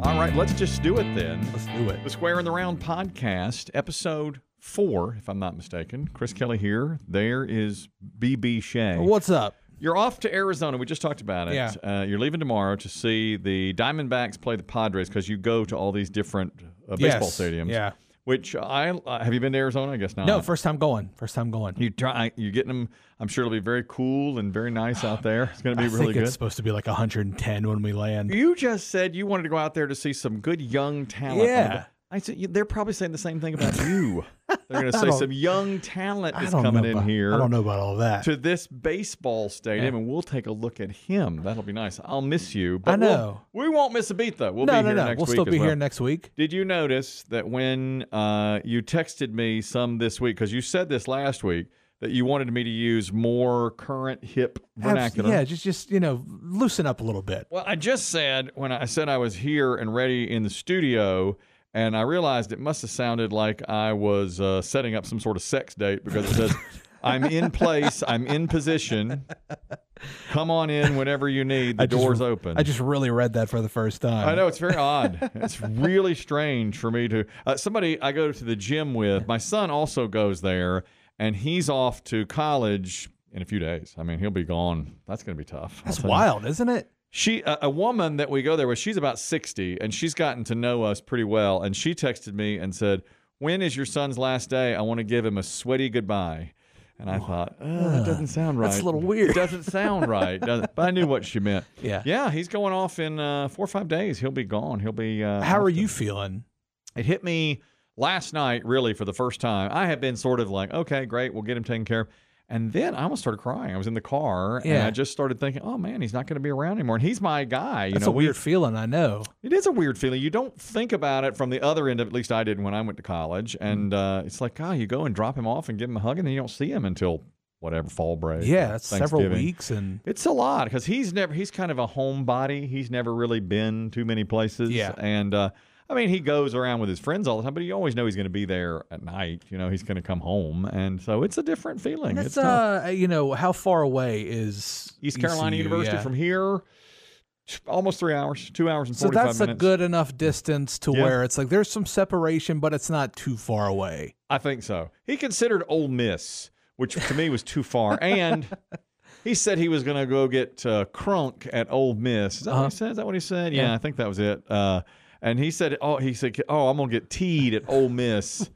right, let's just do it then. Let's do it. The Square and the Round podcast, episode four, if I'm not mistaken. Chris Kelly here. There is BB Shea. What's up? You're off to Arizona. We just talked about it. Yeah. Uh, you're leaving tomorrow to see the Diamondbacks play the Padres because you go to all these different uh, baseball Yes, stadiums. yeah. Which I uh, have you been to Arizona? I guess not. No, first time going. First time going. you try. You're getting them. I'm sure it'll be very cool and very nice out there. It's going to be I really think good. it's supposed to be like 110 when we land. You just said you wanted to go out there to see some good young talent. Yeah. I said "You- they're probably saying the same thing about you. They're going to say don't- some young talent I is don't coming know in about, here I don't know about all that. to this baseball stadium, and we'll take a look at him. That'll be nice. I'll miss you. But I know. We'll, we won't miss a beat though. We'll no, be no, here no. next We'll week. still as be well. here next week. Did you notice that when uh, you texted me some this week because you said this last week that you wanted me to use more current hip Abs- vernacular? Yeah, just just you know, loosen up a little bit. Well, I just said when I said I was here and ready in the studio, and I realized it must have sounded like I was uh, setting up some sort of sex date because it says, "I'm in place, I'm in position. Come on in whenever you need. The just- door's open." I just really read that for the first time. I know it's very odd. It's really strange for me to. Uh, somebody I go to the gym with. My son also goes there, and he's off to college in a few days. I mean, he'll be gone. That's going to be tough. I'll That's tell you. wild, isn't it? She, a, a woman that we go there with, she's about 60 and she's gotten to know us pretty well. And she texted me and said, When is your son's last day? I want to give him a sweaty goodbye. And I thought, oh, that doesn't sound right. that's a little weird. It doesn't sound right. does it? But I knew what she meant. Yeah. Yeah, he's going off in uh, four or five days. He'll be gone. He'll be. Uh, How off are to- you feeling? It hit me last night, really, for the first time. I have been sort of like, okay, great, we'll get him taken care of. And then I almost started crying. I was in the car and Yeah. I just started thinking, oh man, he's not going to be around anymore. And he's my guy. You That's know, a weird feeling. I know. it is a weird feeling. You don't think about it from the other end. Of, at least I didn't when I went to college. Mm-hmm. And uh, it's like, God, you go and drop him off and give him a hug, and then you don't see him until whatever fall break. Yeah, or that's several Thanksgiving. weeks, and It's a lot because he's never he's kind of a homebody. He's never really been too many places. Yeah. and uh, I mean he goes around with his friends all the time, but you always know he's going to be there at night. You know he's going to come home, and so it's a different feeling. that's It's tough. uh, you know, how far away is East Carolina ECU? University E Yeah. from here, t- almost three hours, two hours and So forty five that's a minutes. good enough distance to Yeah. where it's like there's some separation, but it's not too far away. I think so. He considered Ole Miss, which to me was too far, and he said he was going to go get uh, Crunk at Ole Miss. Is that what Uh-huh. he said? Is that what he said? Yeah, Yeah. I think that was it. Uh, and he said, "Oh, he said, oh, I'm going to get teed at Ole Miss."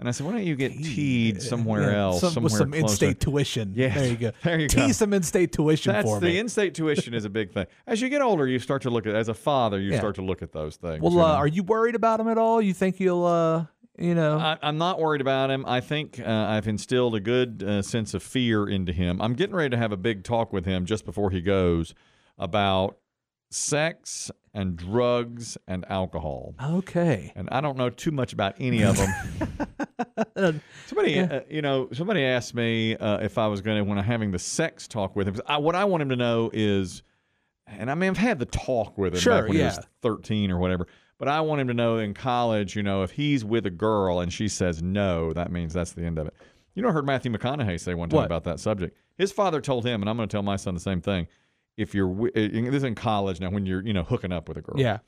and I said, "Why don't you get teed somewhere Yeah, else, some, somewhere with some closer?" in-state tuition. Yes. there you go. There you Tease go. some in-state tuition That's for the me. in-state tuition is a big thing. As you get older, you start to look at as a father, you Yeah. start to look at those things. well, you uh, know? are you worried about him at all? You think you'll, uh, you know, I, I'm not worried about him. I think uh, I've instilled a good uh, sense of fear into him. I'm getting ready to have a big talk with him just before he goes about sex and drugs and alcohol. okay. And I don't know too much about any of them. somebody, uh, you know, somebody asked me uh, if I was going to, when I'm having the sex talk with him, 'cause I, what I want him to know is, and I mean, I've had the talk with him Sure, back when he yeah. was 13 or whatever, but I want him to know in college, you know, if he's with a girl and she says no, that means that's the end of it. You know, I heard Matthew McConaughey say one time What? about that subject. His father told him, and I'm going to tell my son the same thing. If you're, wi- uh, this is in college now, when you're, you know, hooking up with a girl Yeah,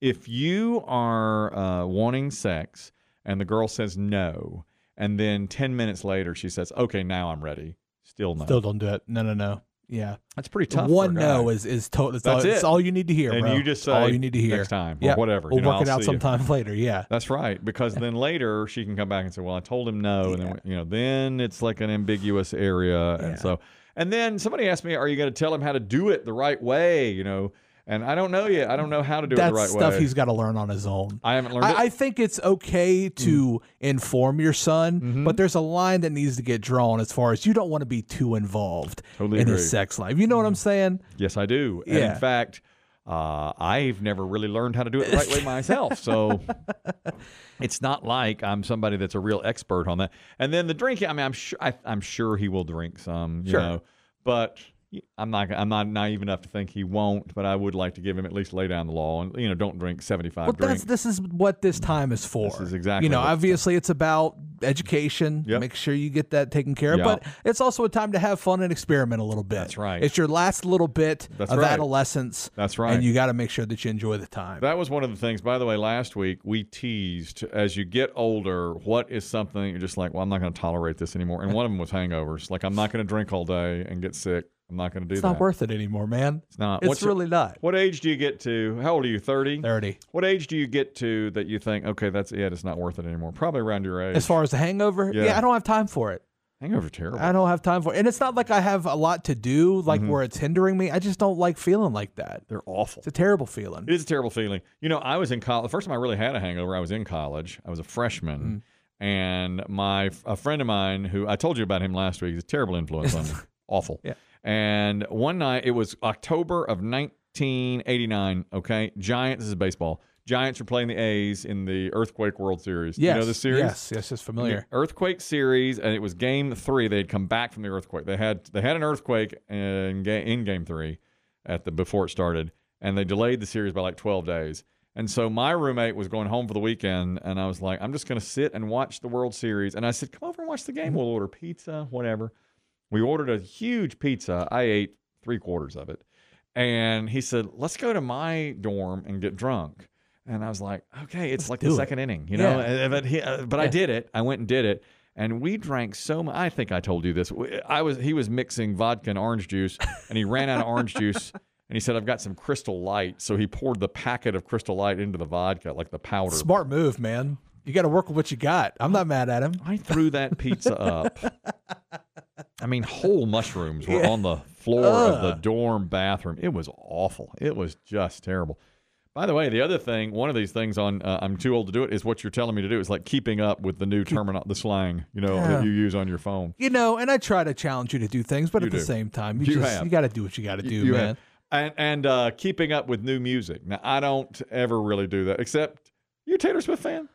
if you are uh, wanting sex and the girl says no, and then 10 minutes later she says, okay, now I'm ready, still no. still don't do it. No, no, no. Yeah, That's pretty tough. for a one guy. no is is total. It's, all, That's it's it. all you need to hear, And bro. you just It's all say, you need to hear next time or Yeah, whatever. We'll You know, work it I'll out see you. sometime later. Yeah, That's right, because then later she can come back and say, "Well, I told him no," and then you know, then it's like an ambiguous area, and so, and then somebody asked me, "Are you going to tell him how to do it the right way?" You know, and I don't know yet. I don't know how to do it that's the right stuff way. he's got to learn on his own. I haven't learned it. I, I think it's okay Mm. to inform your son, Mm-hmm. but there's a line that needs to get drawn as far as you don't want to be too involved Totally in agree. Mm-hmm. his sex life. You know what I'm saying? Yes, I do. And Yeah. in fact, uh, I've never really learned how to do it the right way myself. So it's not like I'm somebody that's a real expert on that. And then the drinking, I mean, I'm sure I, I'm sure he will drink some, you Sure. know, but I'm not I'm not naive enough to think he won't. But I would like to give him at least lay down the law and you know don't drink 75 Well, that's drinks. this is what this time is for. is exactly you know. what- Obviously, it's about education. Yep. Make sure you get that taken care of. Yeah. But it's also a time to have fun and experiment a little bit. That's right. It's your last little bit That's of right. adolescence. That's right. And you got to make sure that you enjoy the time. That was one of the things, by the way, last week we teased as you get older, what is something you're just like, well, I'm not going to tolerate this anymore. And one of them was hangovers. Like, I'm not going to drink all day and get sick. I'm not going to do it's that. not worth it anymore, man. It's not. It's What's your- really not. what age do you get to? How old are you? 30? 30. What age do you get to that you think, okay, that's it. It's not worth it anymore? Probably around your age. As far as the hangover, Yeah. yeah, I don't have time for it. Hangover terrible. I don't have time for it. And it's not like I have a lot to do, like Mhm. where it's hindering me. I just don't like feeling like that. They're awful. It's a terrible feeling. It is a terrible feeling. You know, I was in college. The first time I really had a hangover, I was in college. I was a Mm. freshman, and my a friend of mine who I told you about him last week. He's a terrible influence on me. Awful. Yeah. And one night it was October of 1989. Okay, Giants this is baseball. Giants were playing the A's in the Earthquake World Series. yes. You know the series. Yes, yes, it's familiar. The earthquake series, and it was Game Three. They had come back from the earthquake. They had they had an earthquake in game, in Game Three, at the before it started, and they delayed the series by like twelve days. And so my roommate was going home for the weekend, and I was like, I'm just going to sit and watch the World Series. And I said, Come over and watch the game. We'll order pizza, whatever. We ordered a huge pizza. I ate three quarters of it. And he said, Let's go to my dorm and get drunk. And I was like, Okay, it's like the do it. second inning, you Yeah. know? Uh, But, he, uh, but I did it. I went and did it. And we drank so much. I think I told you this. We- I was he was mixing vodka and orange juice, and he ran out of orange juice. And he said, "I've got some Crystal Light." So he poured the packet of Crystal Light into the vodka, like the powder. Smart move, man. You got to work with what you got. I'm not mad at him. I threw that pizza up. I mean, whole mushrooms were on the floor of the Ugh. dorm bathroom. It was awful. It was just terrible. By the way, the other thing, one of these things on uh, I'm too old to do it is what you're telling me to do. It's like keeping up with the new terminal, the slang, you know, that Yeah. you use on your phone. You know, and I try to challenge you to do things, but You at the do. same time, you, You just have. you got to do what you got to do, you man. have- and and uh, keeping up with new music. Now, I don't ever really do that, except you a Taylor Swift fan.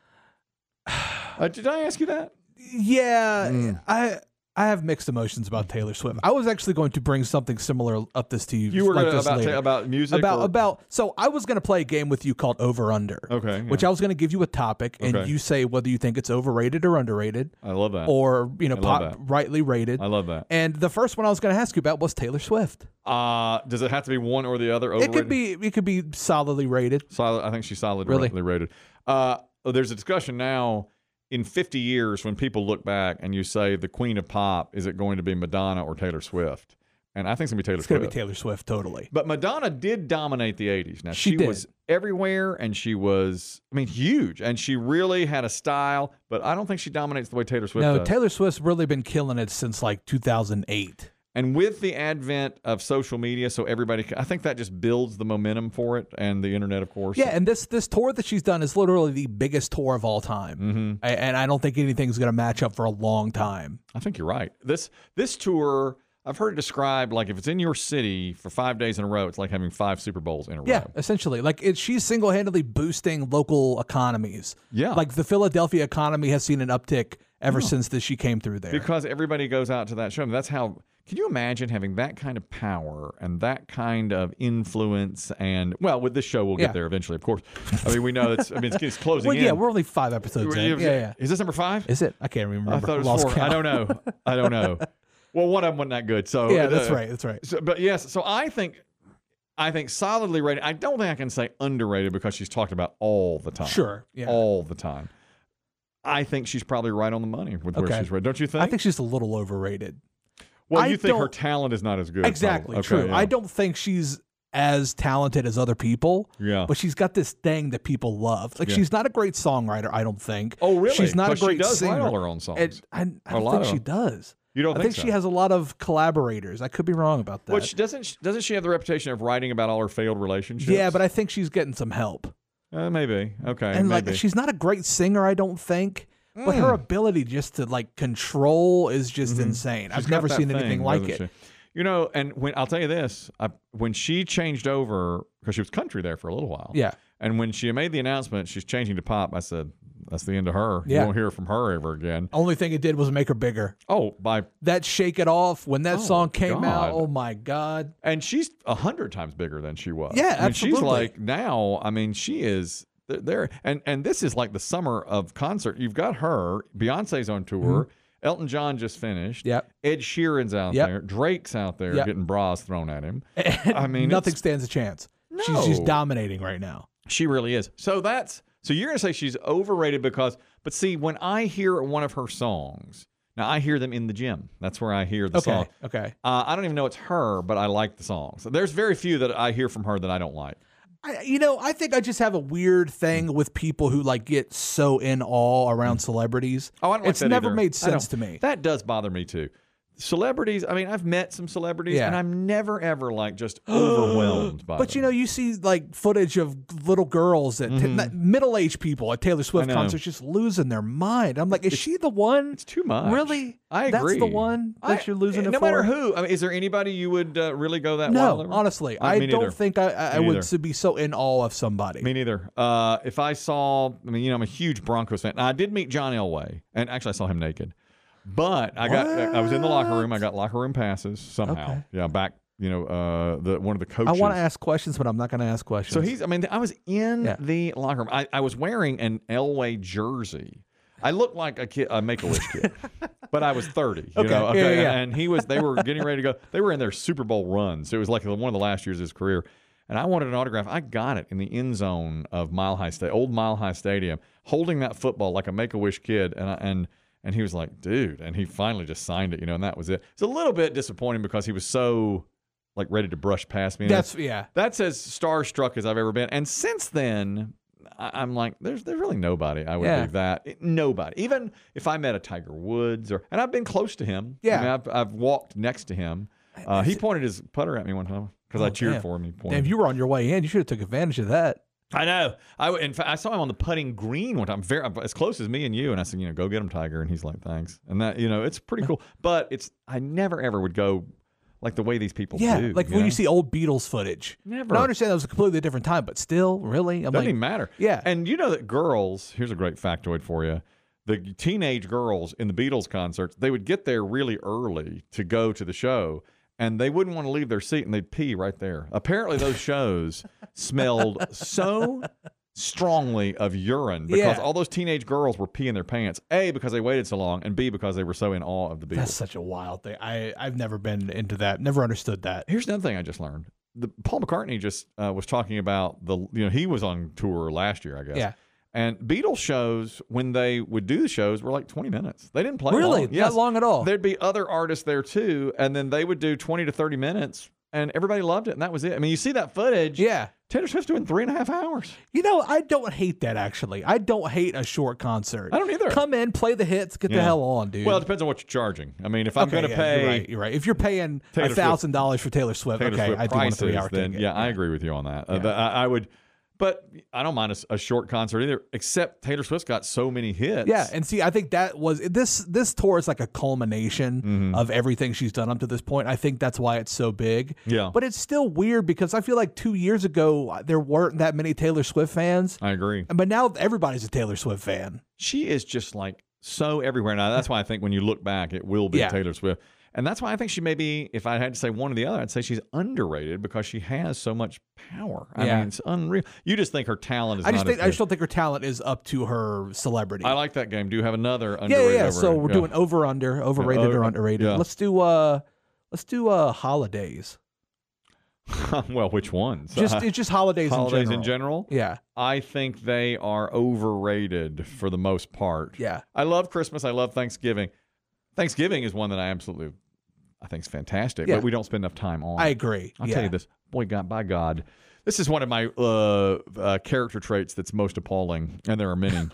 Uh, did I ask you that? Yeah, Mm. I I have mixed emotions about Taylor Swift. I was actually going to bring something similar up this to you. You were like gonna- this about later. ta- about music about or- about. So I was going to play a game with you called Over Under. Okay, Which I was going to give you a topic, and Okay. you say whether you think it's overrated or underrated, I love that. or you know, I love pop, that. rightly rated. I love that. And the first one I was going to ask you about was Taylor Swift. Uh, does it have to be one or the other? It Overrated? could be it could be solidly rated. Solid, I think she's solidly Really? rated. Uh, there's a discussion now in 50 years when people look back and you say the queen of pop, is it going to be Madonna or Taylor Swift? And I think it's going to be Taylor It's going Swift. to be Taylor Swift totally. but Madonna did dominate the 80s. Now, She she, did. was everywhere and she was, I mean, huge. And she really had a style, but I don't think she dominates the way Taylor Swift No, does. Taylor Swift's really been killing it since like 2008. And with the advent of social media, so everybody, I think that just builds the momentum for it and the internet, of course. Yeah, and this this tour that she's done is literally the biggest tour of all time, mm-hmm. and I don't think anything's going to match up for a long time. I think you're right. This this tour, I've heard it described like if it's in your city for five days in a row, it's like having five Super Bowls in a Yeah, row. essentially, like it, she's single handedly boosting local economies. Yeah. like the Philadelphia economy has seen an uptick ever since that she came through there. Because everybody goes out to that show. I mean, that's how. Can you imagine having that kind of power and that kind of influence? And well, with this show, we'll get Yeah. there eventually, of course. I mean, we know it's. I mean, it's, it's closing well, in. yeah, we're only five episodes in. Yeah, yeah. Is this number five? Is it? I can't remember. I thought it was Lost four. I count. don't know. I don't know. Well, one of them wasn't that good. So Yeah, that's uh, right. That's right. So, but yes, so I think, I think solidly rated. I don't think I can say underrated because she's talked about all the time. Sure. Yeah. uh, all the time. I think she's probably right on the money with where Okay. she's rated. Don't you think? I think she's a little overrated. well, I you think her don't- talent is not as good. Exactly. probably. Okay, true. Yeah. I don't think she's as talented as other people. Yeah. But she's got this thing that people love. Like she's not a great songwriter, I don't think. Oh, really? She's not a 'Cause she great does write singer. all her own songs. And I, I Or a don't lot think of she them. does. you I don't think, so? she has a lot of collaborators. I could be wrong about that. Which doesn't sh- doesn't she have the reputation of writing about all her failed relationships? yeah, but I think she's getting some help. uh, maybe okay. And maybe. Mm. like she's not a great singer, I don't think. But her ability just to like control is just insane. Mm-hmm. She's I've got never that seen anything thing, like it. doesn't she? You know, and when I'll tell you this, I, when she changed over because she was country there for a little while. Yeah. And when she made the announcement, she's changing to pop. I said, "That's the end of her. Yeah. You won't hear from her ever again." Only thing it did was make her bigger. Oh, by That Shake It Off, when that Oh, song came God. out, oh my God. and she's a hundred times bigger than she was. Yeah, I mean, She's absolutely. like now. I mean, she is They're, they're- and and this is like the summer of concert. You've got her, Beyonce's on tour. Elton John just finished. Yep. Ed Sheeran's out Mm-hmm. Yep. there. Drake's out there Yep. getting bras thrown at him. I mean, Nothing nothing. stands a chance. She's just No. dominating right now. She really is. So that's so you're gonna say she's overrated because. But see, when I hear one of her songs, now I hear them in the gym. That's where I hear the Okay. song. Okay. Uh, I don't even know it's her, but I like the songs. There's very few that I hear from her that I don't like. I, you know, I think I just have a weird thing with people who like get so in awe around celebrities. Oh, I don't like it's that never either. made I don't- sense to me. That does bother me too. Celebrities, I mean, I've met some celebrities Yeah. and I'm never ever like just overwhelmed by But you know, you see like footage of little girls at middle aged people at Taylor Swift Mm-hmm. know. concerts just losing their mind. I'm like, is she the one? it's too much. Really? I That's agree. the one that I- you're losing no it matter for? who, I mean, is there anybody you would uh, really go that No, wild over? honestly, I- I me don't neither. think I, I, I Me would neither. be so in awe of somebody. Me neither. Uh, if I saw, I mean, you know, I'm a huge Broncos fan. I did meet John Elway, and actually, I saw him naked. But I got, I was in the locker room. I got locker room passes somehow. Okay. Yeah, back, you know, uh, the one of the coaches. I want to ask questions, but I'm not going to ask questions. So he's, I mean, I was in Yeah. the locker room. I, I was wearing an Elway jersey. I looked like a kid, a Make a Wish kid, but I was 30, you Okay. know. Yeah, yeah, yeah. And he was, they were getting ready to go. They were in their Super Bowl run. So it was like one of the last years of his career. And I wanted an autograph. I got it in the end zone of Mile High State, old Mile High Stadium, holding that football like a Make a Wish kid. And, I, and, and he was like, dude. And he finally just signed it, you know, and that was it. It's a little bit disappointing because he was so like ready to brush past me. and that's yeah. that's as starstruck as I've ever been. And since then, I- I'm like, there's there's really nobody I would Yeah. be that nobody. Even if I met a Tiger Woods or and I've been close to him. I Yeah. mean, I've I've walked next to him. Uh, he pointed his putter at me one time because I Oh, cheered damn. for him. He pointed. Damn, you were on your way in. You should have took advantage of that. I know. I w- in fact I saw him on the putting green one time, very as close as me and you. And I said, you know, go get him, Tiger. And he's like, thanks. And that you know, it's pretty cool. But it's I never ever would go like the way these people Yeah, do. like when you see old Beatles footage. Never. And I understand that was a completely different time, but still, really, I'm Doesn't like, even matter. Yeah. And you know that girls, here's a great factoid for you. The teenage girls in the Beatles concerts, they would get there really early to go to the show and they wouldn't want to leave their seat and they'd pee right there. Apparently those shows smelled so strongly of urine because Yeah. all those teenage girls were peeing their pants. A because they waited so long and B because they were so in awe of the Beatles. that's such a wild thing. I I've never been into that. Never understood that. Here's another thing I just learned. The, Paul McCartney just uh, was talking about the you know he was on tour last year I guess Yeah. and Beatles shows when they would do the shows were like 20 minutes they didn't play Really? long. Not long at all. there'd be other artists there too and then they would do 20 to 30 minutes and everybody loved it and that was it I mean you see that footage Yeah. Taylor Swift's doing three and a half hours You know, I don't hate that actually. I don't hate a short concert. I don't either. Come in, play the hits, get Yeah. the hell on, dude. well it depends on what you're charging I mean if I'm Okay, going to yeah, pay You're right, you're right. If you're paying Taylor a Swift- thousand dollars for Taylor Swift, Taylor okay, Swift I do want a prices, three-hour then ticket. yeah, I agree with you on that. Uh, the- I, I would, but I don't mind a, s- a short concert either. Except Taylor Swift's got so many hits. Yeah, and see, I think that was this this tour is like a culmination Mm-hmm. of everything she's done up to this point. I think that's why it's so big. Yeah. but it's still weird because I feel like two years ago uh, there weren't that many Taylor Swift fans, I agree. but now everybody's a Taylor Swift fan. She is just like so everywhere now. That's why I think when you look back, it will be Yeah. Taylor Swift, and that's why I think she may be. If I had to say one or the other, I'd say she's underrated because she has so much power. I Yeah. mean, it's unreal. You just think her talent is. I just not as think I just good. don't think her talent is up to her celebrity. I like that game. Do you have another? yeah, Underrated yeah, yeah. So overrated? we're doing over under, overrated Yeah, or uh, underrated. yeah. Let's do uh, let's do uh, holidays. well, which ones? Just Uh, it's just holidays, holidays in in general. general. Yeah, I think they are overrated for the most part. yeah. I love Christmas. I love Thanksgiving. Thanksgiving is one that I absolutely, I think is fantastic, Yeah. but we don't spend enough time on. I agree. I'll yeah. tell you this, boy, God, by God, this is one of my uh, uh, character traits that's most appalling, and there are many.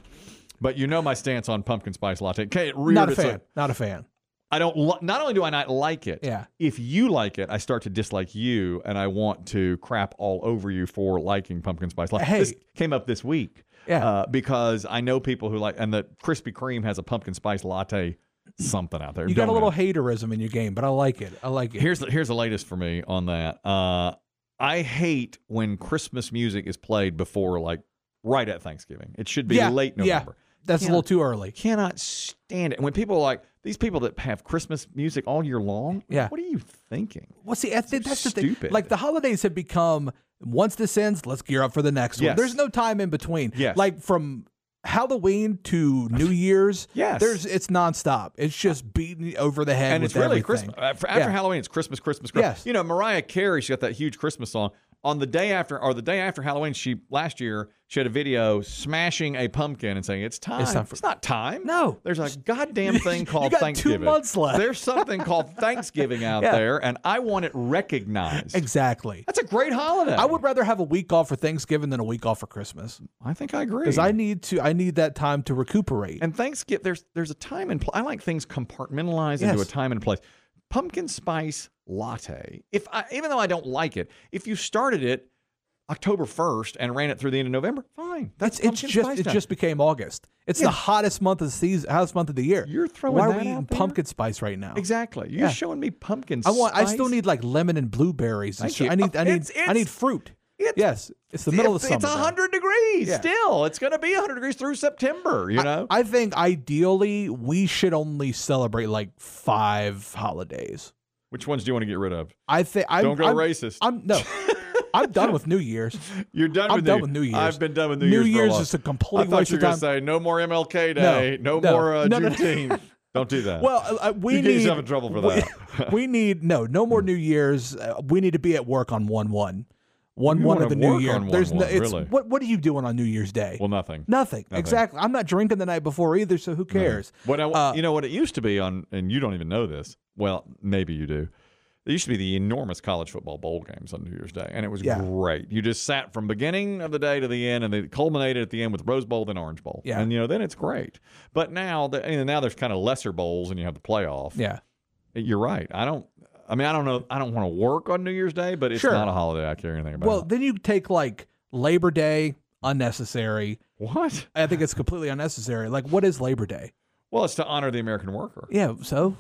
but you know my stance on pumpkin spice latte. Okay, it reared Not a its- fan. Not a fan. I don't. Li- not only do I not like it, Yeah. if you like it, I start to dislike you, and I want to crap all over you for liking pumpkin spice latte. Hey. This came up this week, Yeah. uh, because I know people who like, and the Krispy Kreme has a pumpkin spice latte something out there. You got a Donut. little haterism in your game, but I like it. I like it. Here's the, here's the latest for me on that. Uh, I hate when Christmas music is played before like right at Thanksgiving. It should be Yeah, late yeah. November. That's a little too early. Cannot stand it. When people are like these people that have Christmas music all year long, Yeah. what are you thinking? Well, see, I think that's the thing. stupid. Like the holidays have become once this ends, let's gear up for the next one. Yes. There's no time in between. Yes. Like from Halloween to New Year's. Yes. There's it's nonstop. It's just beating you over the head. and with it's really everything. Christmas. After Yeah. Halloween, it's Christmas, Christmas, Christmas. Yes. You know, Mariah Carey, she got that huge Christmas song. On the day after, or the day after Halloween, she last year she had a video smashing a pumpkin and saying it's time. It's, time for- not time. No. there's a goddamn thing called got two Thanksgiving. months left. There's something called Thanksgiving out Yeah. there, and I want it recognized. Exactly. That's a great holiday. I would rather have a week off for Thanksgiving than a week off for Christmas I think I agree. because I need to. I need that time to recuperate. And Thanksgiving, there's there's a time and place. I like things compartmentalized Yes. into a time and place. Pumpkin spice latte. If I, even though I don't like it, if you started it October first and ran it through the end of November, fine. That's It's, it's pumpkin just spice it time. just became August. It's the hottest month of the season, hottest month of the year. You're throwing Why are that we out eating there? pumpkin spice right now? exactly. You're Yeah. showing me pumpkin. I want. I still spice. need like lemon and blueberries. And Thank shit. you. I need. I need. It's- it's- I need fruit. it's- yes, it's the middle of It's- summer. It's though. hundred degrees. Yeah. Still, it's going to be hundred degrees through September. You know. I think ideally we should only celebrate like five holidays. Which ones do you want to get rid of? I think. I'm, Don't go I'm, racist. I'm no. I'm done with New Year's. You're done I'm with done New, with New Year's. I've been done with New, Year's. New for a Year's while. is a I complete thought waste you were of going time. to say no more MLK Day, no, No, no, more uh, no, no, no. Juneteenth. Don't do that. Well, uh, uh, we You need get yourself in trouble for we- that. We, need no, no more New Year's. Uh, we need to be at work on one one, one You one wanna of the New work Year. on There's no, 1-1, it's really? what what are you doing on New Year's Day? well, nothing. nothing, exactly. I'm not drinking the night before either, so who cares? What I, Uh, you know what it used to be on, and you don't even know this. Well, maybe you do. It used to be the enormous college football bowl games on New Year's Day, and it was Yeah. great. You just sat from beginning of the day to the end, and it culminated at the end with Rose Bowl, then Orange Bowl. Yeah. and you know then it's great. But now, the, and now there's kind of lesser bowls, and you have the playoff. Yeah, You're right. I don't. I mean, I don't know. I don't want to work on New Year's Day, but it's Sure. not a holiday I care anything about. Well, then you take like Labor Day, unnecessary. what? I think it's completely unnecessary. Like, what is Labor Day? Well, it's to honor the American worker. Yeah, so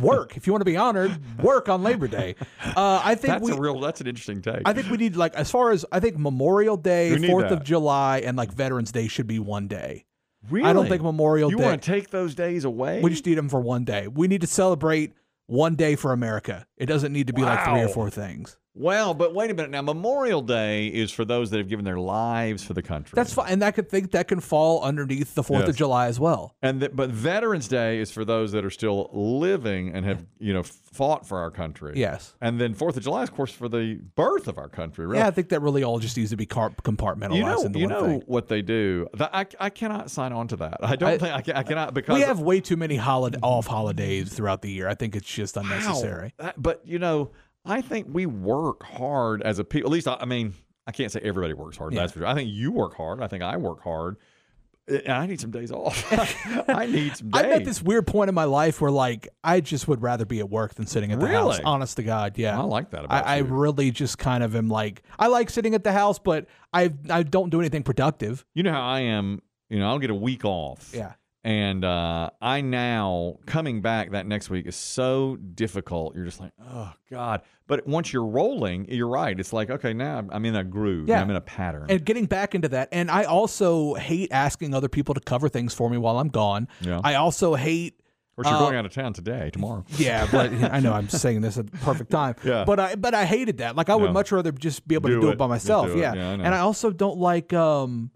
work. if you want to be honored, work on Labor Day. Uh, I think That's we. a real. That's an interesting take. I think we need like as far as I think Memorial Day, We need Fourth of that. July, and like Veterans Day should be one day. really? I don't think Memorial you Day. want to take those days away. we just need them for one day. We need to celebrate one day for America. It doesn't need to be like three or Wow. four things. well, but wait a minute. Now, Memorial Day is for those that have given their lives for the country. That's fine, and that could think that can fall underneath the Fourth Yes. of July as well. and th- but Veterans Day is for those that are still living and have you know fought for our country. Yes. And then Fourth of July, is, of course, for the birth of our country. Really. Yeah, I think that really all just needs to be car- compartmentalized You know, into you one know thing. what they do. Th- I, I cannot sign on to that. I don't I- think I, ca- I cannot because We have way too many holiday off holidays throughout the year. I think it's just unnecessary. Wow. That- But you know, I think we work hard as a people. At least I, I mean, I can't say everybody works hard. That's for sure. I think you work hard. I think I work hard. And I need some days off. I need some days. I'm at this weird point in my life where like I just would rather be at work than sitting at the house. Really? Honest to God, yeah. I like that I, about I you. really just kind of am like I like sitting at the house, but I I don't do anything productive. you know how I am. You know, I'll get a week off. Yeah. And uh, I now coming back that next week is so difficult. You're just like, oh god. But once you're rolling, you're right. It's like, okay, now I'm, I'm in a groove. Yeah. I'm in a pattern. And getting back into that, and I also hate asking other people to cover things for me while I'm gone. Yeah. I also hate Which uh, you're going out of town today, tomorrow. Yeah, but I know I'm saying this at the perfect time. Yeah. But I but I hated that. Like I would No. much rather just be able to Do do it, it. by Just myself. do it. Yeah. Yeah, I know. and I also don't like um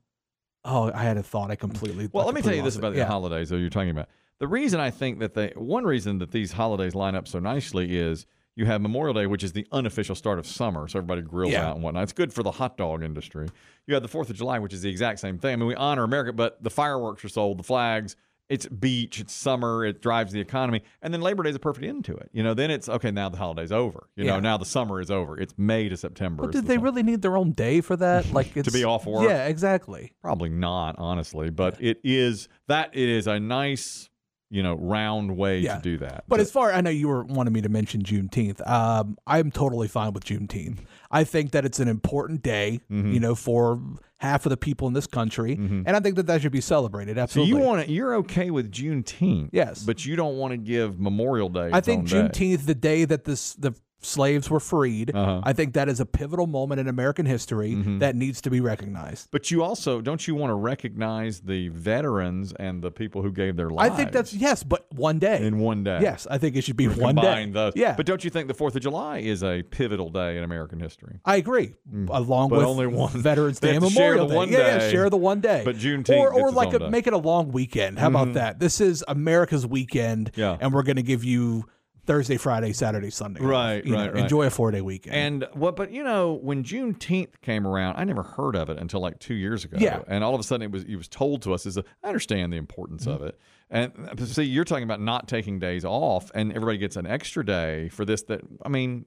oh, I had a thought I completely Well, I let me tell completely you this lost it. about the yeah. holidays that you're talking about. The reason I think that they, one reason that these holidays line up so nicely is you have Memorial Day, which is the unofficial start of summer, so everybody grills Yeah. out and whatnot. It's good for the hot dog industry. You have the Fourth of July, which is the exact same thing. I mean, we honor America, but the fireworks are sold, the flags. It's beach, it's summer, it drives the economy, and then Labor Day is a perfect end to it. You know, then it's okay. Now the holiday's over. You know, Yeah. now the summer is over. It's May to September. But is did the they summer. really need their own day for that? Like it's be off work? Yeah, exactly. Probably not, honestly, but it is that it is a nice, you know, round way Yeah. to do that. But as far I know, you were wanting me to mention Juneteenth. Um, I'm totally fine with Juneteenth. I think that it's an important day, Mm-hmm. you know, for half of the people in this country, and I think that that should be celebrated. so Absolutely. you want to, you're okay with Juneteenth, Yes. but you don't want to give Memorial Day. I its think own day. Juneteenth, the day that this the slaves were freed. Uh-huh. Mm-hmm. I think that is a pivotal moment in American history that needs to be recognized. But you also don't you want to recognize the veterans and the people who gave their I lives? think that's yes, but one day. in one day. yes, I think it should be one day. combine those. Yeah, But don't you think the Fourth of July is a pivotal day in American history? I agree. Along Mm. But with only one. Veterans They Day, have and to share Memorial the Day. one yeah, yeah, day, share the one day. but Juneteenth or gets or its like own a, day. Mm-hmm. make it a long weekend. How about that? This is America's weekend, Yeah. and we're going to give you Thursday, Friday, Saturday, Sunday. off. Right, You know, right, right. Enjoy a four day weekend. And what? But you know, when Juneteenth came around, I never heard of it until like two years ago. Yeah. And all of a sudden, it was it was told to us. Is I understand the importance Mm-hmm. of it. And but see, you're talking about not taking days off, and everybody gets an extra day for this. That I mean.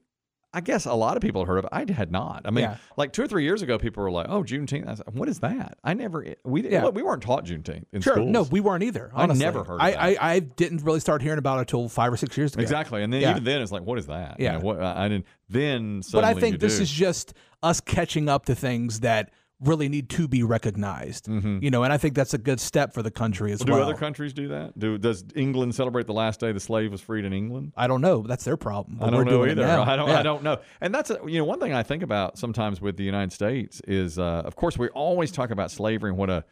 I guess a lot of people had heard of it. I had not. I mean, Yeah. like two or three years ago, people were like, "Oh, Juneteenth." I said, "What is that?" I never. We didn't. Yeah. look, we weren't taught Juneteenth in sure, schools. no, we weren't either. Honestly. never heard of I, that. I I didn't really start hearing about it until five or six years ago. Exactly, and then Yeah. even then, it's like, what is that? You Yeah. know, what I I didn't. Then, But I suddenly you think this do. is just us catching up to things that really need to be recognized. You know, and I think that's a good step for the country as Mm-hmm. Do well. other countries do that? Do does England celebrate the last day the slave was freed in England? I don't know. That's their problem. but I don't we're know doing it either. now. I don't. Yeah. I don't know. And that's a, you know one thing I think about sometimes with the United States is, uh, of course, we always talk about slavery and what a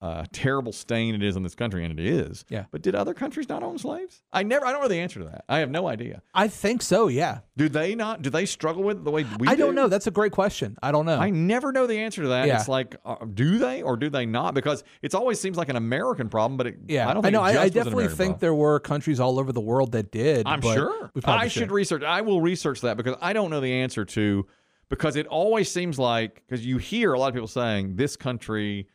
uh, terrible stain it is on this country, and it is. Yeah. But did other countries not own slaves? I never. I don't know the answer to that. I have no idea. I think so. Yeah. Do they not? Do they struggle with it the way we? I do? don't know. That's a great question. I don't know. I never know the answer to that. Yeah. It's like, uh, do they or do they not? Because it always seems like an American problem, but it, yeah. I don't think know. it just I, I was an definitely American think problem. there were countries all over the world that did. I'm but sure. We probably I should should. research. I will research that because I don't know the answer to. Because it always seems like because you hear a lot of people saying this country,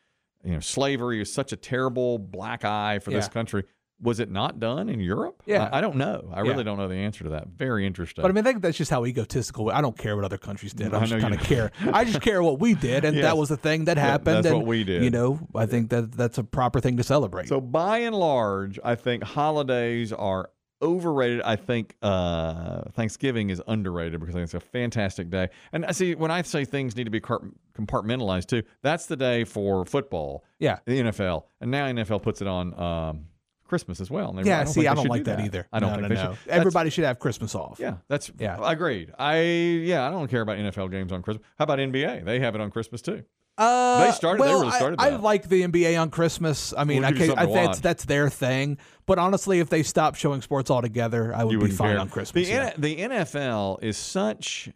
you know, slavery is such a terrible black eye for this Yeah. country. Was it not done in Europe? Yeah. I, I don't know. I really Yeah. don't know the answer to that. Very interesting. But I mean, I think that's just how egotistical. I don't care what other countries did. I I know just you kind of don't. care. I just care what we did, and Yes. that was the thing that happened. that's and, what we did. You know, I think that that's a proper thing to celebrate. So by and large, I think holidays are overrated. I think uh, Thanksgiving is underrated because I think it's a fantastic day. And I see when I say things need to be car- compartmentalized too, that's the day for football, yeah. the NFL, and now NFL puts it on um, Christmas as well. And they- Yeah. don't see, think I they don't should like do that, either. I don't no, think no, they no. should. That's- Everybody should have Christmas off. yeah, that's Yeah. Agreed. I yeah, I don't care about NFL games on Christmas. How about NBA? They have it on Christmas too. Uh, They started- they Well, really started I, I that. like the NBA on Christmas. I mean, Would I, you do can, I something to that's watch? that's their thing. But honestly, if they stopped showing sports altogether, I would you be wouldn't fine care. on Christmas. The, yeah. N- the NFL is such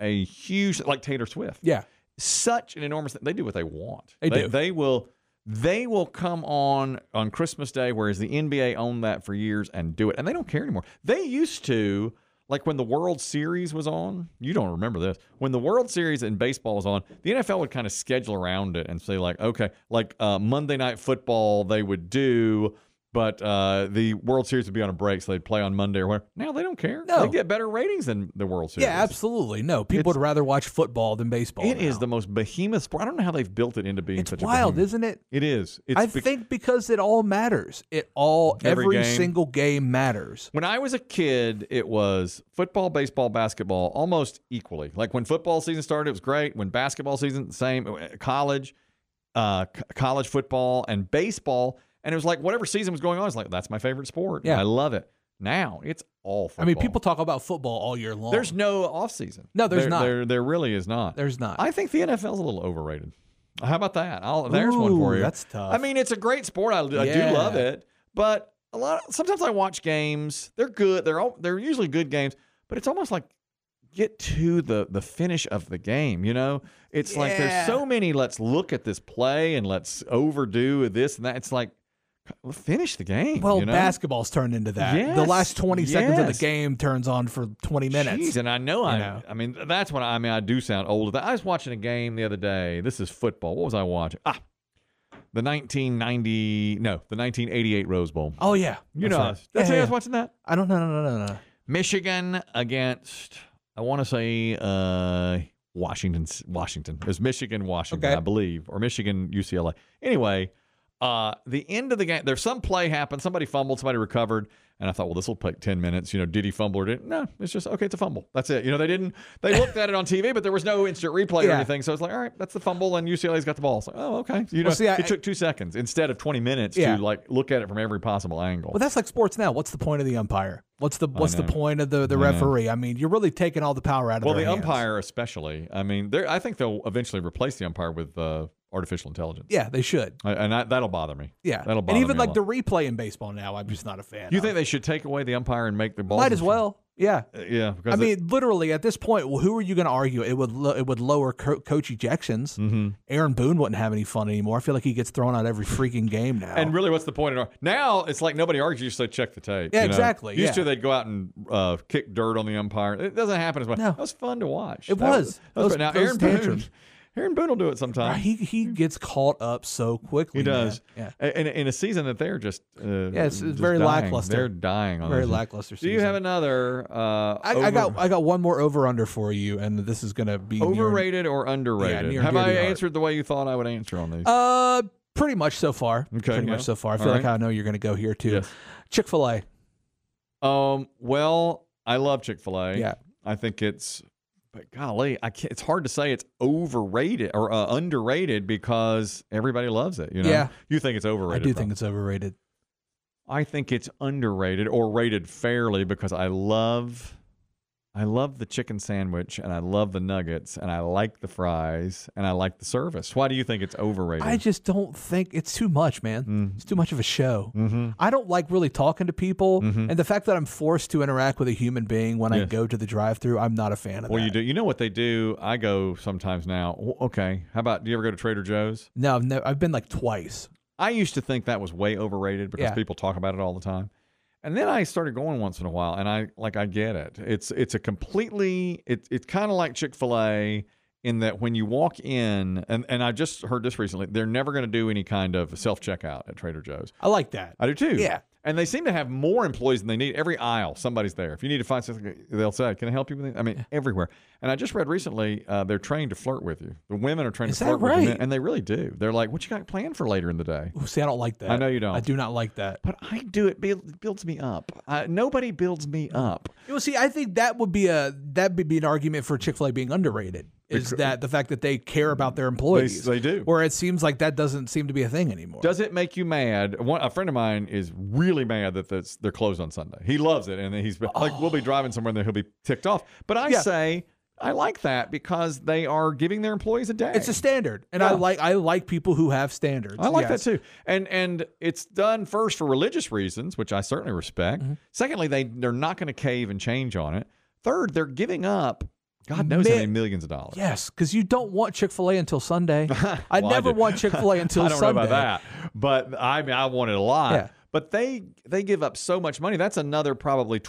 a huge, like Taylor Swift. Yeah. Such an enormous thing. They do what they want. They they do. They will. They will come on on Christmas Day, whereas the NBA owned that for years and do it, and they don't care anymore. They used to, like when the World Series was on. You don't remember this. When the World Series in baseball was on, the NFL would kind of schedule around it and say like, okay, like uh, Monday Night Football, they would do. But uh, the World Series would be on a break, so they'd play on Monday or whatever. Now they don't care. No. They get better ratings than the World Series. Yeah, absolutely. No, people would rather watch football than baseball. It is now. the most behemoth sport. I don't know how they've built it into being Oh, It's such wild, a behemoth. isn't it? It is. It's I bec- think because it all matters. It all Every every, game. single game matters. When I was a kid, it was football, baseball, basketball, almost equally. Like when football season started, it was great. When basketball season, same. College, uh, c- college football, and baseball, and it was like whatever season was going on. It's like that's my favorite sport. Yeah. I love it. Now it's all. Football. I mean, people talk about football all year long. There's no off season. No, there's there, not. There, there really is not. there's not. I think the NFL's a little overrated. How about that? I'll, there's one Ooh, for you. That's tough. I mean, it's a great sport. I, I Yeah. do love it, but a lot. sometimes I watch games. They're good. They're all, they're usually good games, but it's almost like get to the the finish of the game. You know, it's like there's Yeah. so many. Let's look at this play and let's overdo this and that. It's like finish the game. well, you know? basketball's turned into that. the Yes, last twenty seconds of the yes. game turns on for twenty minutes. Jeez, and I know I. know. I mean, that's when I, I mean I do sound old. I was watching a game the other day. This is football. What was I watching? Ah, the 1990. No, the 1988 Rose Bowl. Oh yeah, You know, That's I right. was- that's Yeah, how I yeah, was watching that. I don't know, no, no, no, no. Michigan against I want to say uh, Washington. Washington. It was Michigan, Washington, Okay. I believe, or Michigan, UCLA. Anyway, Uh, the end of the game, there's some play happened. Somebody fumbled, somebody recovered, and I thought, well, this will take ten minutes. You know, did he fumble or didn't? No, it's just okay. It's a fumble. That's it. You know, they didn't. They looked at it on TV, but there was no instant replay or Yeah. anything. So it's like, all right, that's the fumble, and UCLA's got the ball. It's like, oh, okay. You know, see, I- it took two seconds instead of twenty minutes Yeah. to like look at it from every possible angle. Well, that's like sports now. What's the point of the umpire? What's the what's the know. point of the, the referee? I mean, you're really taking all the power out of Well, their the hands. umpire, especially. I mean, they're- I think they'll eventually replace the umpire with uh, artificial intelligence, Yeah, they should. I- and I, that'll bother me. Yeah, that'll and bother even me like a the lot. replay in baseball now, I'm just not a fan. You of. think they should take away the umpire and make the ball? might as well? Yeah. Yeah, because I mean, literally at this point, well, who are you going to argue? It would lo- it would lower co- coach ejections. Mm-hmm. Aaron Boone wouldn't have any fun anymore. I feel like he gets thrown out every freaking game now. And really, what's the point? At all? Now it's like nobody argues. You just say check the tape. Yeah, you know? exactly, Used yeah. to they'd go out and uh, kick dirt on the umpire. It doesn't happen as much. No. That was fun to watch. It That was. that Those- now those Aaron Boone, tantrums. Aaron Boone will do it sometime. he he gets caught up so quickly. He man. does. Yeah. A- In, in a season that they're just uh, yeah, it's- it's very lackluster. They're dying on Very those. lackluster. Uh-huh. Do you season. have another? Uh, I, I over- got I got one more over under for you, and this is going to be near- overrated or underrated? near and Have dear to I your heart. answered the way you thought I would answer on these? Uh, pretty much so far. Okay, pretty yeah. much so far. I feel All like right. I know you're going to go here too. Yes. Chick Fil A. um. Well, I love Chick Fil A. Yeah. I think it's. But golly, I can't, it's hard to say it's overrated or uh, underrated because everybody loves it. You know. Yeah. You think it's I overrated? do though. think it's overrated. I think it's underrated or rated fairly because I love I love the chicken sandwich and I love the nuggets and I like the fries and I like the service. Why do you think it's overrated? I just don't think it's too much, man. Mm. It's too much of a show. mm-hmm. I don't like really talking to people, and the fact that I'm forced to interact with a human being when I Yes. go to the drive-through, I'm not a fan of Well, that. you do. You know what they do? I go sometimes now. W- Okay, how about? Do you ever go to Trader Joe's? No, I've, never, I've been like twice. I used to think that was way overrated because Yeah. people talk about it all the time. And then I started going once in a while and I like I get it. It's it's a completely it's it's kind of like Chick-fil-A in that when you walk in and and I just heard this recently, they're never going to do any kind of self-checkout at Trader Joe's. I like that. I do too. Yeah. And they seem to have more employees than they need. Every aisle, somebody's there. If you need to find something, they'll say, "Can I help you with it?" I mean, everywhere. And I just read recently, uh, they're trained to flirt with you. The women are trained Is to that flirt with you, right? and they really do. They're like, "What you got planned for later in the day?" Ooh, See, I don't like that. I know you don't. I do not like that. But I do it. Build, it builds me up. Uh, nobody builds me up. You know, see, I think that would be a that would be an argument for Chick Fil A being underrated. Is that the fact that they care about their employees? they do. Where it seems like that doesn't seem to be a thing anymore. Does it make you mad? One, a friend of mine is really mad that that's, they're closed on Sunday. He loves it, and he's like, "We'll be driving somewhere, and then he'll be ticked off." But I Yeah. say, I like that because they are giving their employees a day. it's a standard, and I Yeah. like I like people who have standards. I like Yes. that too. And and it's done first for religious reasons, which I certainly respect. Mm-hmm. Secondly, they they're not going to cave and change on it. Third, they're giving up God knows how Mi- many millions of dollars. Yes, because you don't want Chick Fil A until Sunday. I Well, I never do. want Chick Fil A until I don't Sunday. know about that, but I mean, I wanted a lot. Yeah. But they they give up so much money. That's another probably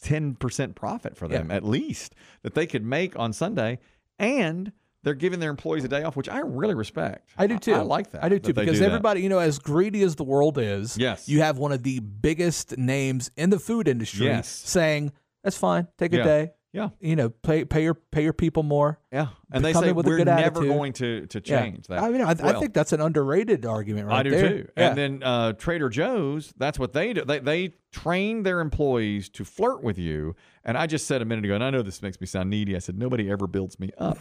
ten percent profit for them at least that they could make on Sunday, and they're giving their employees a day off, which I really respect. I do too. I, like that. I do too that they because do that. everybody, you know, as greedy as the world is, Yes. you have one of the biggest names in the food industry Yes. saying that's fine, take a Yeah. day, Yeah. you know, pay pay your pay your people more. Yeah, and they Come say in with a we're good never attitude. going to to change that. I mean, I, I Well, think that's an underrated argument, right I do there. too. Yeah. And then uh, Trader Joe's, that's what they do. They they train their employees to flirt with you. And I just said a minute ago, and I know this makes me sound needy. I said nobody ever builds me up,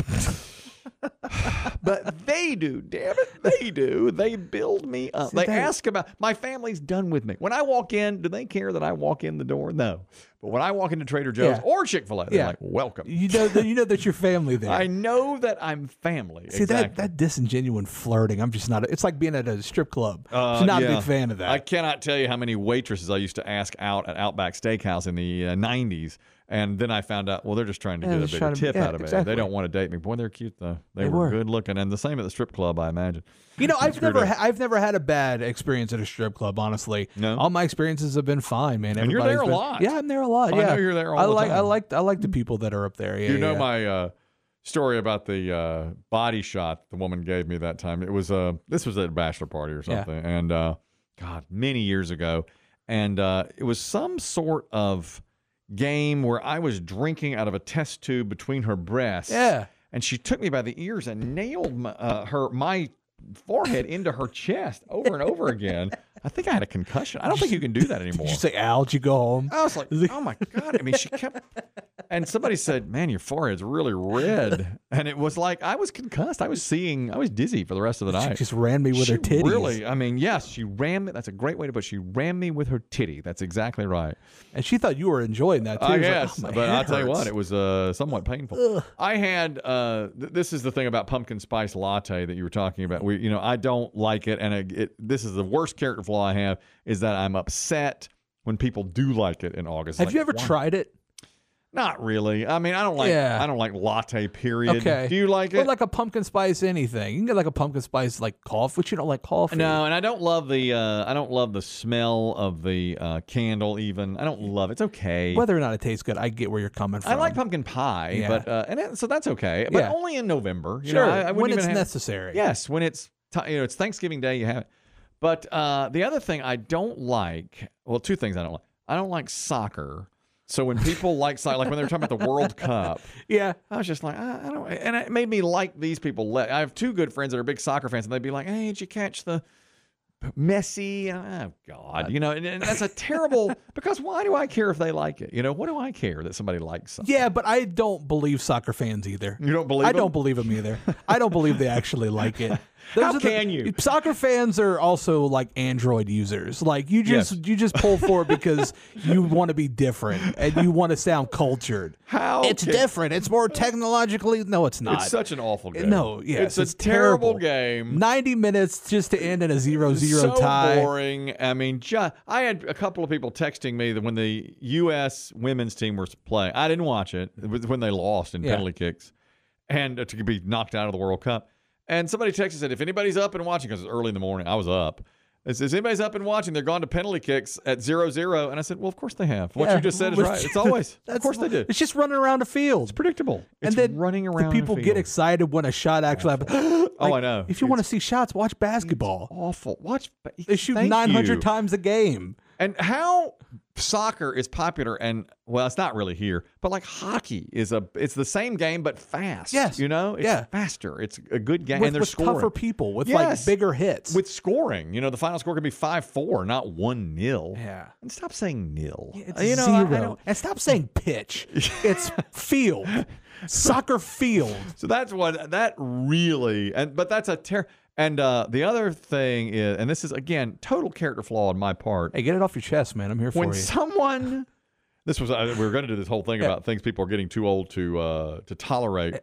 but they do. Damn it, they do. They build me up. See, they they- ask about my family's done with me. When I walk in, do they care that I walk in the door? No. But when I walk into Trader Joe's Yeah. or Chick Fil A, they're Yeah. like, "Welcome." you know, that, you know that your family there. I know that I'm family. See exactly. that that disingenuine flirting. I'm just not. A, it's like being at a strip club. Uh, Just not a yeah. big fan of that. I cannot tell you how many waitresses I used to ask out at Outback Steakhouse in the uh, 90s. And then I found out, well, they're just trying to Yeah, get they're a just bigger trying to- tip yeah, out of it. exactly. They don't want to date me. Boy, they're cute, though. They, They were, were. Uh, good looking. And the same at the strip club, I imagine. you know, I've screwed never up. ha- I've never had a bad experience at a strip club. Honestly, No? all my experiences have been fine, man. And you're there Everybody's a been- lot. Yeah, I'm there a lot. Oh, I yeah, know you're there all I the like I time. like I like the people that are up there. Yeah, you know yeah. my uh, story about the uh, body shot the woman gave me that time. It was uh, this was at a bachelor party or Yeah. something, and uh, God, many years ago, and uh, it was some sort of game where I was drinking out of a test tube between her breasts. Yeah. and she took me by the ears and nailed my, uh, her my forehead into her chest over and over again. I think I had a concussion. I don't think you can do that anymore. Did you say, Al, did you go home? I was like, oh my God. I mean, she kept. And somebody said, man, your forehead's really red. And it was like, I was concussed. I was seeing, I was dizzy for the rest of the She night. just ran me with her She titties. Really? I mean, yes, she ran me. That's a great way to put it. She ran me with her titty. That's exactly right. And she thought you were enjoying that, too. I She was like, guess, "Oh, my but head I'll tell you hurts." what, it was uh, somewhat painful. I had uh, th- this is the thing about pumpkin spice latte that you were talking about. We, you know, I don't like it, and it, it, this is the worst character flaw I have is that I'm upset when people do like it in August. Have Like, you ever why? tried it? Not really. I mean, I don't like. Yeah. I don't like latte. Period. Okay. Do you like Or it? like a pumpkin spice anything. You can get like a pumpkin spice like cough, which you don't like coffee. no, and I don't love the uh, I don't love the smell of the uh, candle. Even I don't love it. it's okay. Whether or not it tastes good, I get where you're coming from. I like pumpkin pie, Yeah. but uh, and it, so that's okay, but Yeah. only in November. You Sure, know, I, I wouldn't when even it's have- necessary. Yes, when it's ti you know it's Thanksgiving Day, you have it. But uh, the other thing I don't like, well, two things I don't like. I don't like soccer. So when people like soccer, like when they were talking about the World Cup, Yeah. I was just like, I, I don't, and it made me like these people. Le- I have two good friends that are big soccer fans, and they'd be like, "Hey, did you catch the Messi?" And, Oh God, you know, and, and that's a terrible. because why do I care if they like it? You know, what do I care that somebody likes something? Yeah, but I don't believe soccer fans either. You don't believe I don't them? believe them either. I don't believe they actually like it. Those How are the- can you? Soccer fans are also like Android users. Like you just Yes. you just pull for it because you want to be different and you want to sound cultured. How It's can- different. It's more technologically. No, it's not. It's such an awful game. no, yes, it's a it's terrible, terrible. game. 90 minutes just to end in a zero-zero so tie. boring. I mean, ju- I had a couple of people texting me that when the U.S. women's team was playing, I didn't watch it. It was when they lost in Yeah. penalty kicks and uh, to be knocked out of the World Cup. And somebody texted and said, if anybody's up and watching, because it's early in the morning, I was up. It says, anybody's up and watching, they're gone to penalty kicks at zero zero. And I said, well, of course they have. What Yeah. you just said is right. It's always, of course they do. It's just running around a field. predictable. It's and then running around. the people the get field. excited when a shot actually happens. Oh, I know. If you want to see shots, watch basketball. awful. Watch. They shoot Thank 900 you. times a game. And how soccer is popular, and well, it's not really here, but like hockey is a, it's the same game but fast. Yes. you know, it's Yeah. faster. It's a good game, With, and they're with scoring tougher people, with Yes. like bigger hits. with scoring. You know, the final score could be five four, not one nil. yeah. And stop saying nil. Uh, It's you know, I- I zero. don't- and stop saying pitch. it's field. Soccer field. so that's what that really, and but that's a ter. And uh, the other thing is, and this is again total character flaw on my part. Hey, get it off your chest, man. I'm here for when you. someone this was I, we were going to do this whole thing about things people are getting too old to uh, to tolerate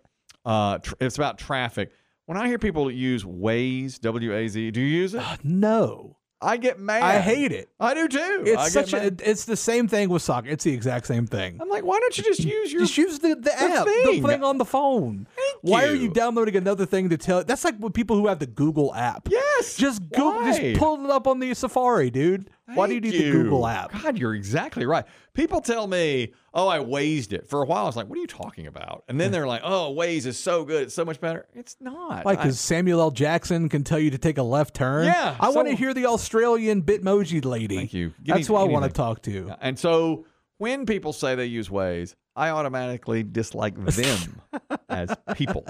uh, tr- it's about traffic when i hear people use waze w-a-z do you use it no. i get mad Uh, I hate it. i do too I It's get such a, mad. it- it's the same thing with soccer. It's the exact same thing. i'm like why don't you just use your Just use the, the app, thing. the thing on the phone. Why are you. you downloading another thing to tell? That's like with people who have the Google app. yes Just Google, just why? pull it up on the Safari, dude. Why do you need Thank the Google app? God, you're exactly right. People tell me, "Oh, I Waze it." For a while, I was like, "What are you talking about?" And then they're like, "Oh, Waze is so good; it's so much better." It's not. Why? I- Because Samuel L. Jackson can tell you to take a left turn. Yeah, I want to so- hear the Australian Bitmoji lady. Thank you. Give me That's who I want to anything. talk to. And so when people say they use Waze, I automatically dislike them as people.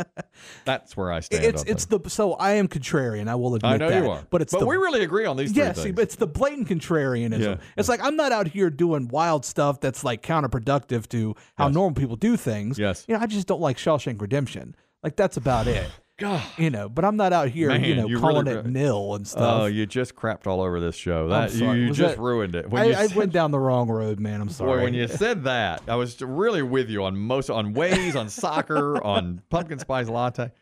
That's where I stand. It's on it's things. the so I am contrarian. I will admit I know that. you are, But it's the we really agree on these. three Yes, see, things. but it's the blatant contrarianism. Yeah. It's like I'm not out here doing wild stuff that's like counterproductive to how normal people do things. Yes. You know, I just don't like Shawshank Redemption. Like that's about it. God. You know, but I'm not out here, you Man, know, you calling really- it nil and Oh, stuff. you just crapped all over this show. That sorry. you, you Was just that- ruined it. When I, you I said- went down the wrong road, man. I'm Boy, sorry. when you said that, I was really with you on most on Waze, on soccer, on pumpkin spice latte.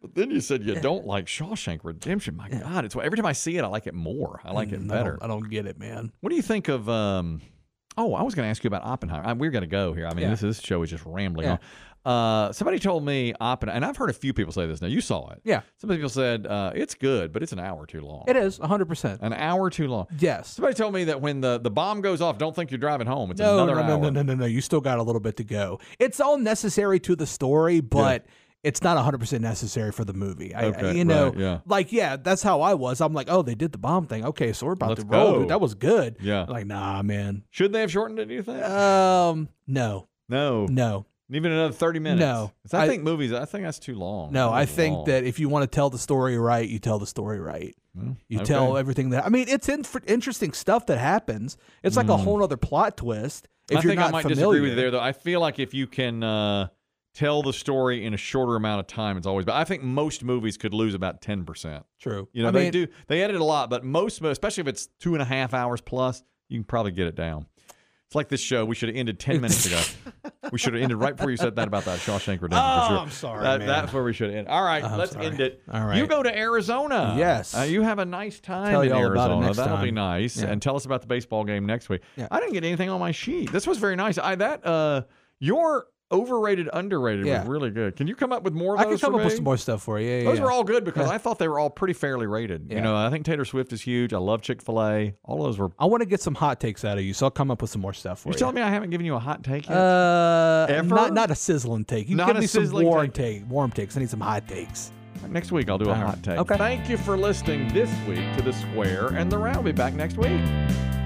But then you said you don't like Shawshank Redemption. My God, it's every time I see it, I like it more. I like it Mm, I better. don't, I don't get it, man. What do you think of? Um, oh, I was going to ask you about Oppenheimer. I, we're going to go here. I mean, Yeah. this this show is just rambling Yeah. on. Uh, somebody told me Oppenheimer, and I've heard a few people say this. Now you saw it. Yeah. Some people said uh, it's good, but it's an hour too long. It is 100%. An hour too long. Yes. Somebody told me that when the, the bomb goes off, don't think you're driving home. It's No, no, another no, hour. no, no, no, no. You still got a little bit to go. It's all necessary to the story, but it's not 100% necessary for the movie. I, I- Okay, you know, right, yeah. like, yeah, that's how I was. I'm like, oh, they did the bomb thing. Okay, so we're about Let's to roll. go. Dude, that was good. Yeah. Like, nah, man. Uh, Should they have shortened it? Do you think? Um, no, no. no. Even another thirty minutes. No. 'Cause I, I- think movies. I think that's too long. No, I it's think long. that if you want to tell the story right, you tell the story right. You okay. tell everything that I mean. It's in, interesting stuff that happens. It's like a whole other plot twist. Hmm. If I you're think not I might familiar, disagree with you there, though. I feel like if you can uh, tell the story in a shorter amount of time, it's always. But I think most movies could lose about ten percent. True. You know, I they mean, do. They edit a lot, but most, especially if it's two and a half hours plus, you can probably get it down. It's like this show. We should have ended ten minutes ago. we should have ended right before you said that about that Shawshank Redemption. Oh, for sure. I'm sorry, That, man. That's where we should end. All right, let's sorry. end it. All You right. go to Arizona. Yes. Uh, you have a nice time Tell in you all Arizona. about it next That'll be time. nice. And tell us about the baseball game next week. Yeah. I didn't get anything on my sheet. This was very nice. I that uh your overrated underrated Yeah. was really good. Can you come up with more of I those can come for up with me? some more stuff for you. Yeah, yeah, Those yeah. were all good because I thought they were all pretty fairly rated. You Yeah. know, I think Taylor Swift is huge. I love Chick Fil A. All those were. I want to get some hot takes out of you, so I'll come up with some more stuff for You're you. telling me I haven't given you a hot take yet? uh, Ever? not not a sizzling take. You Not give a me some sizzling warm take. warm takes. I need some hot takes. next week I'll do a all right. hot take. Okay. Thank you for listening this week to the Square and the Round. We'll be back next week.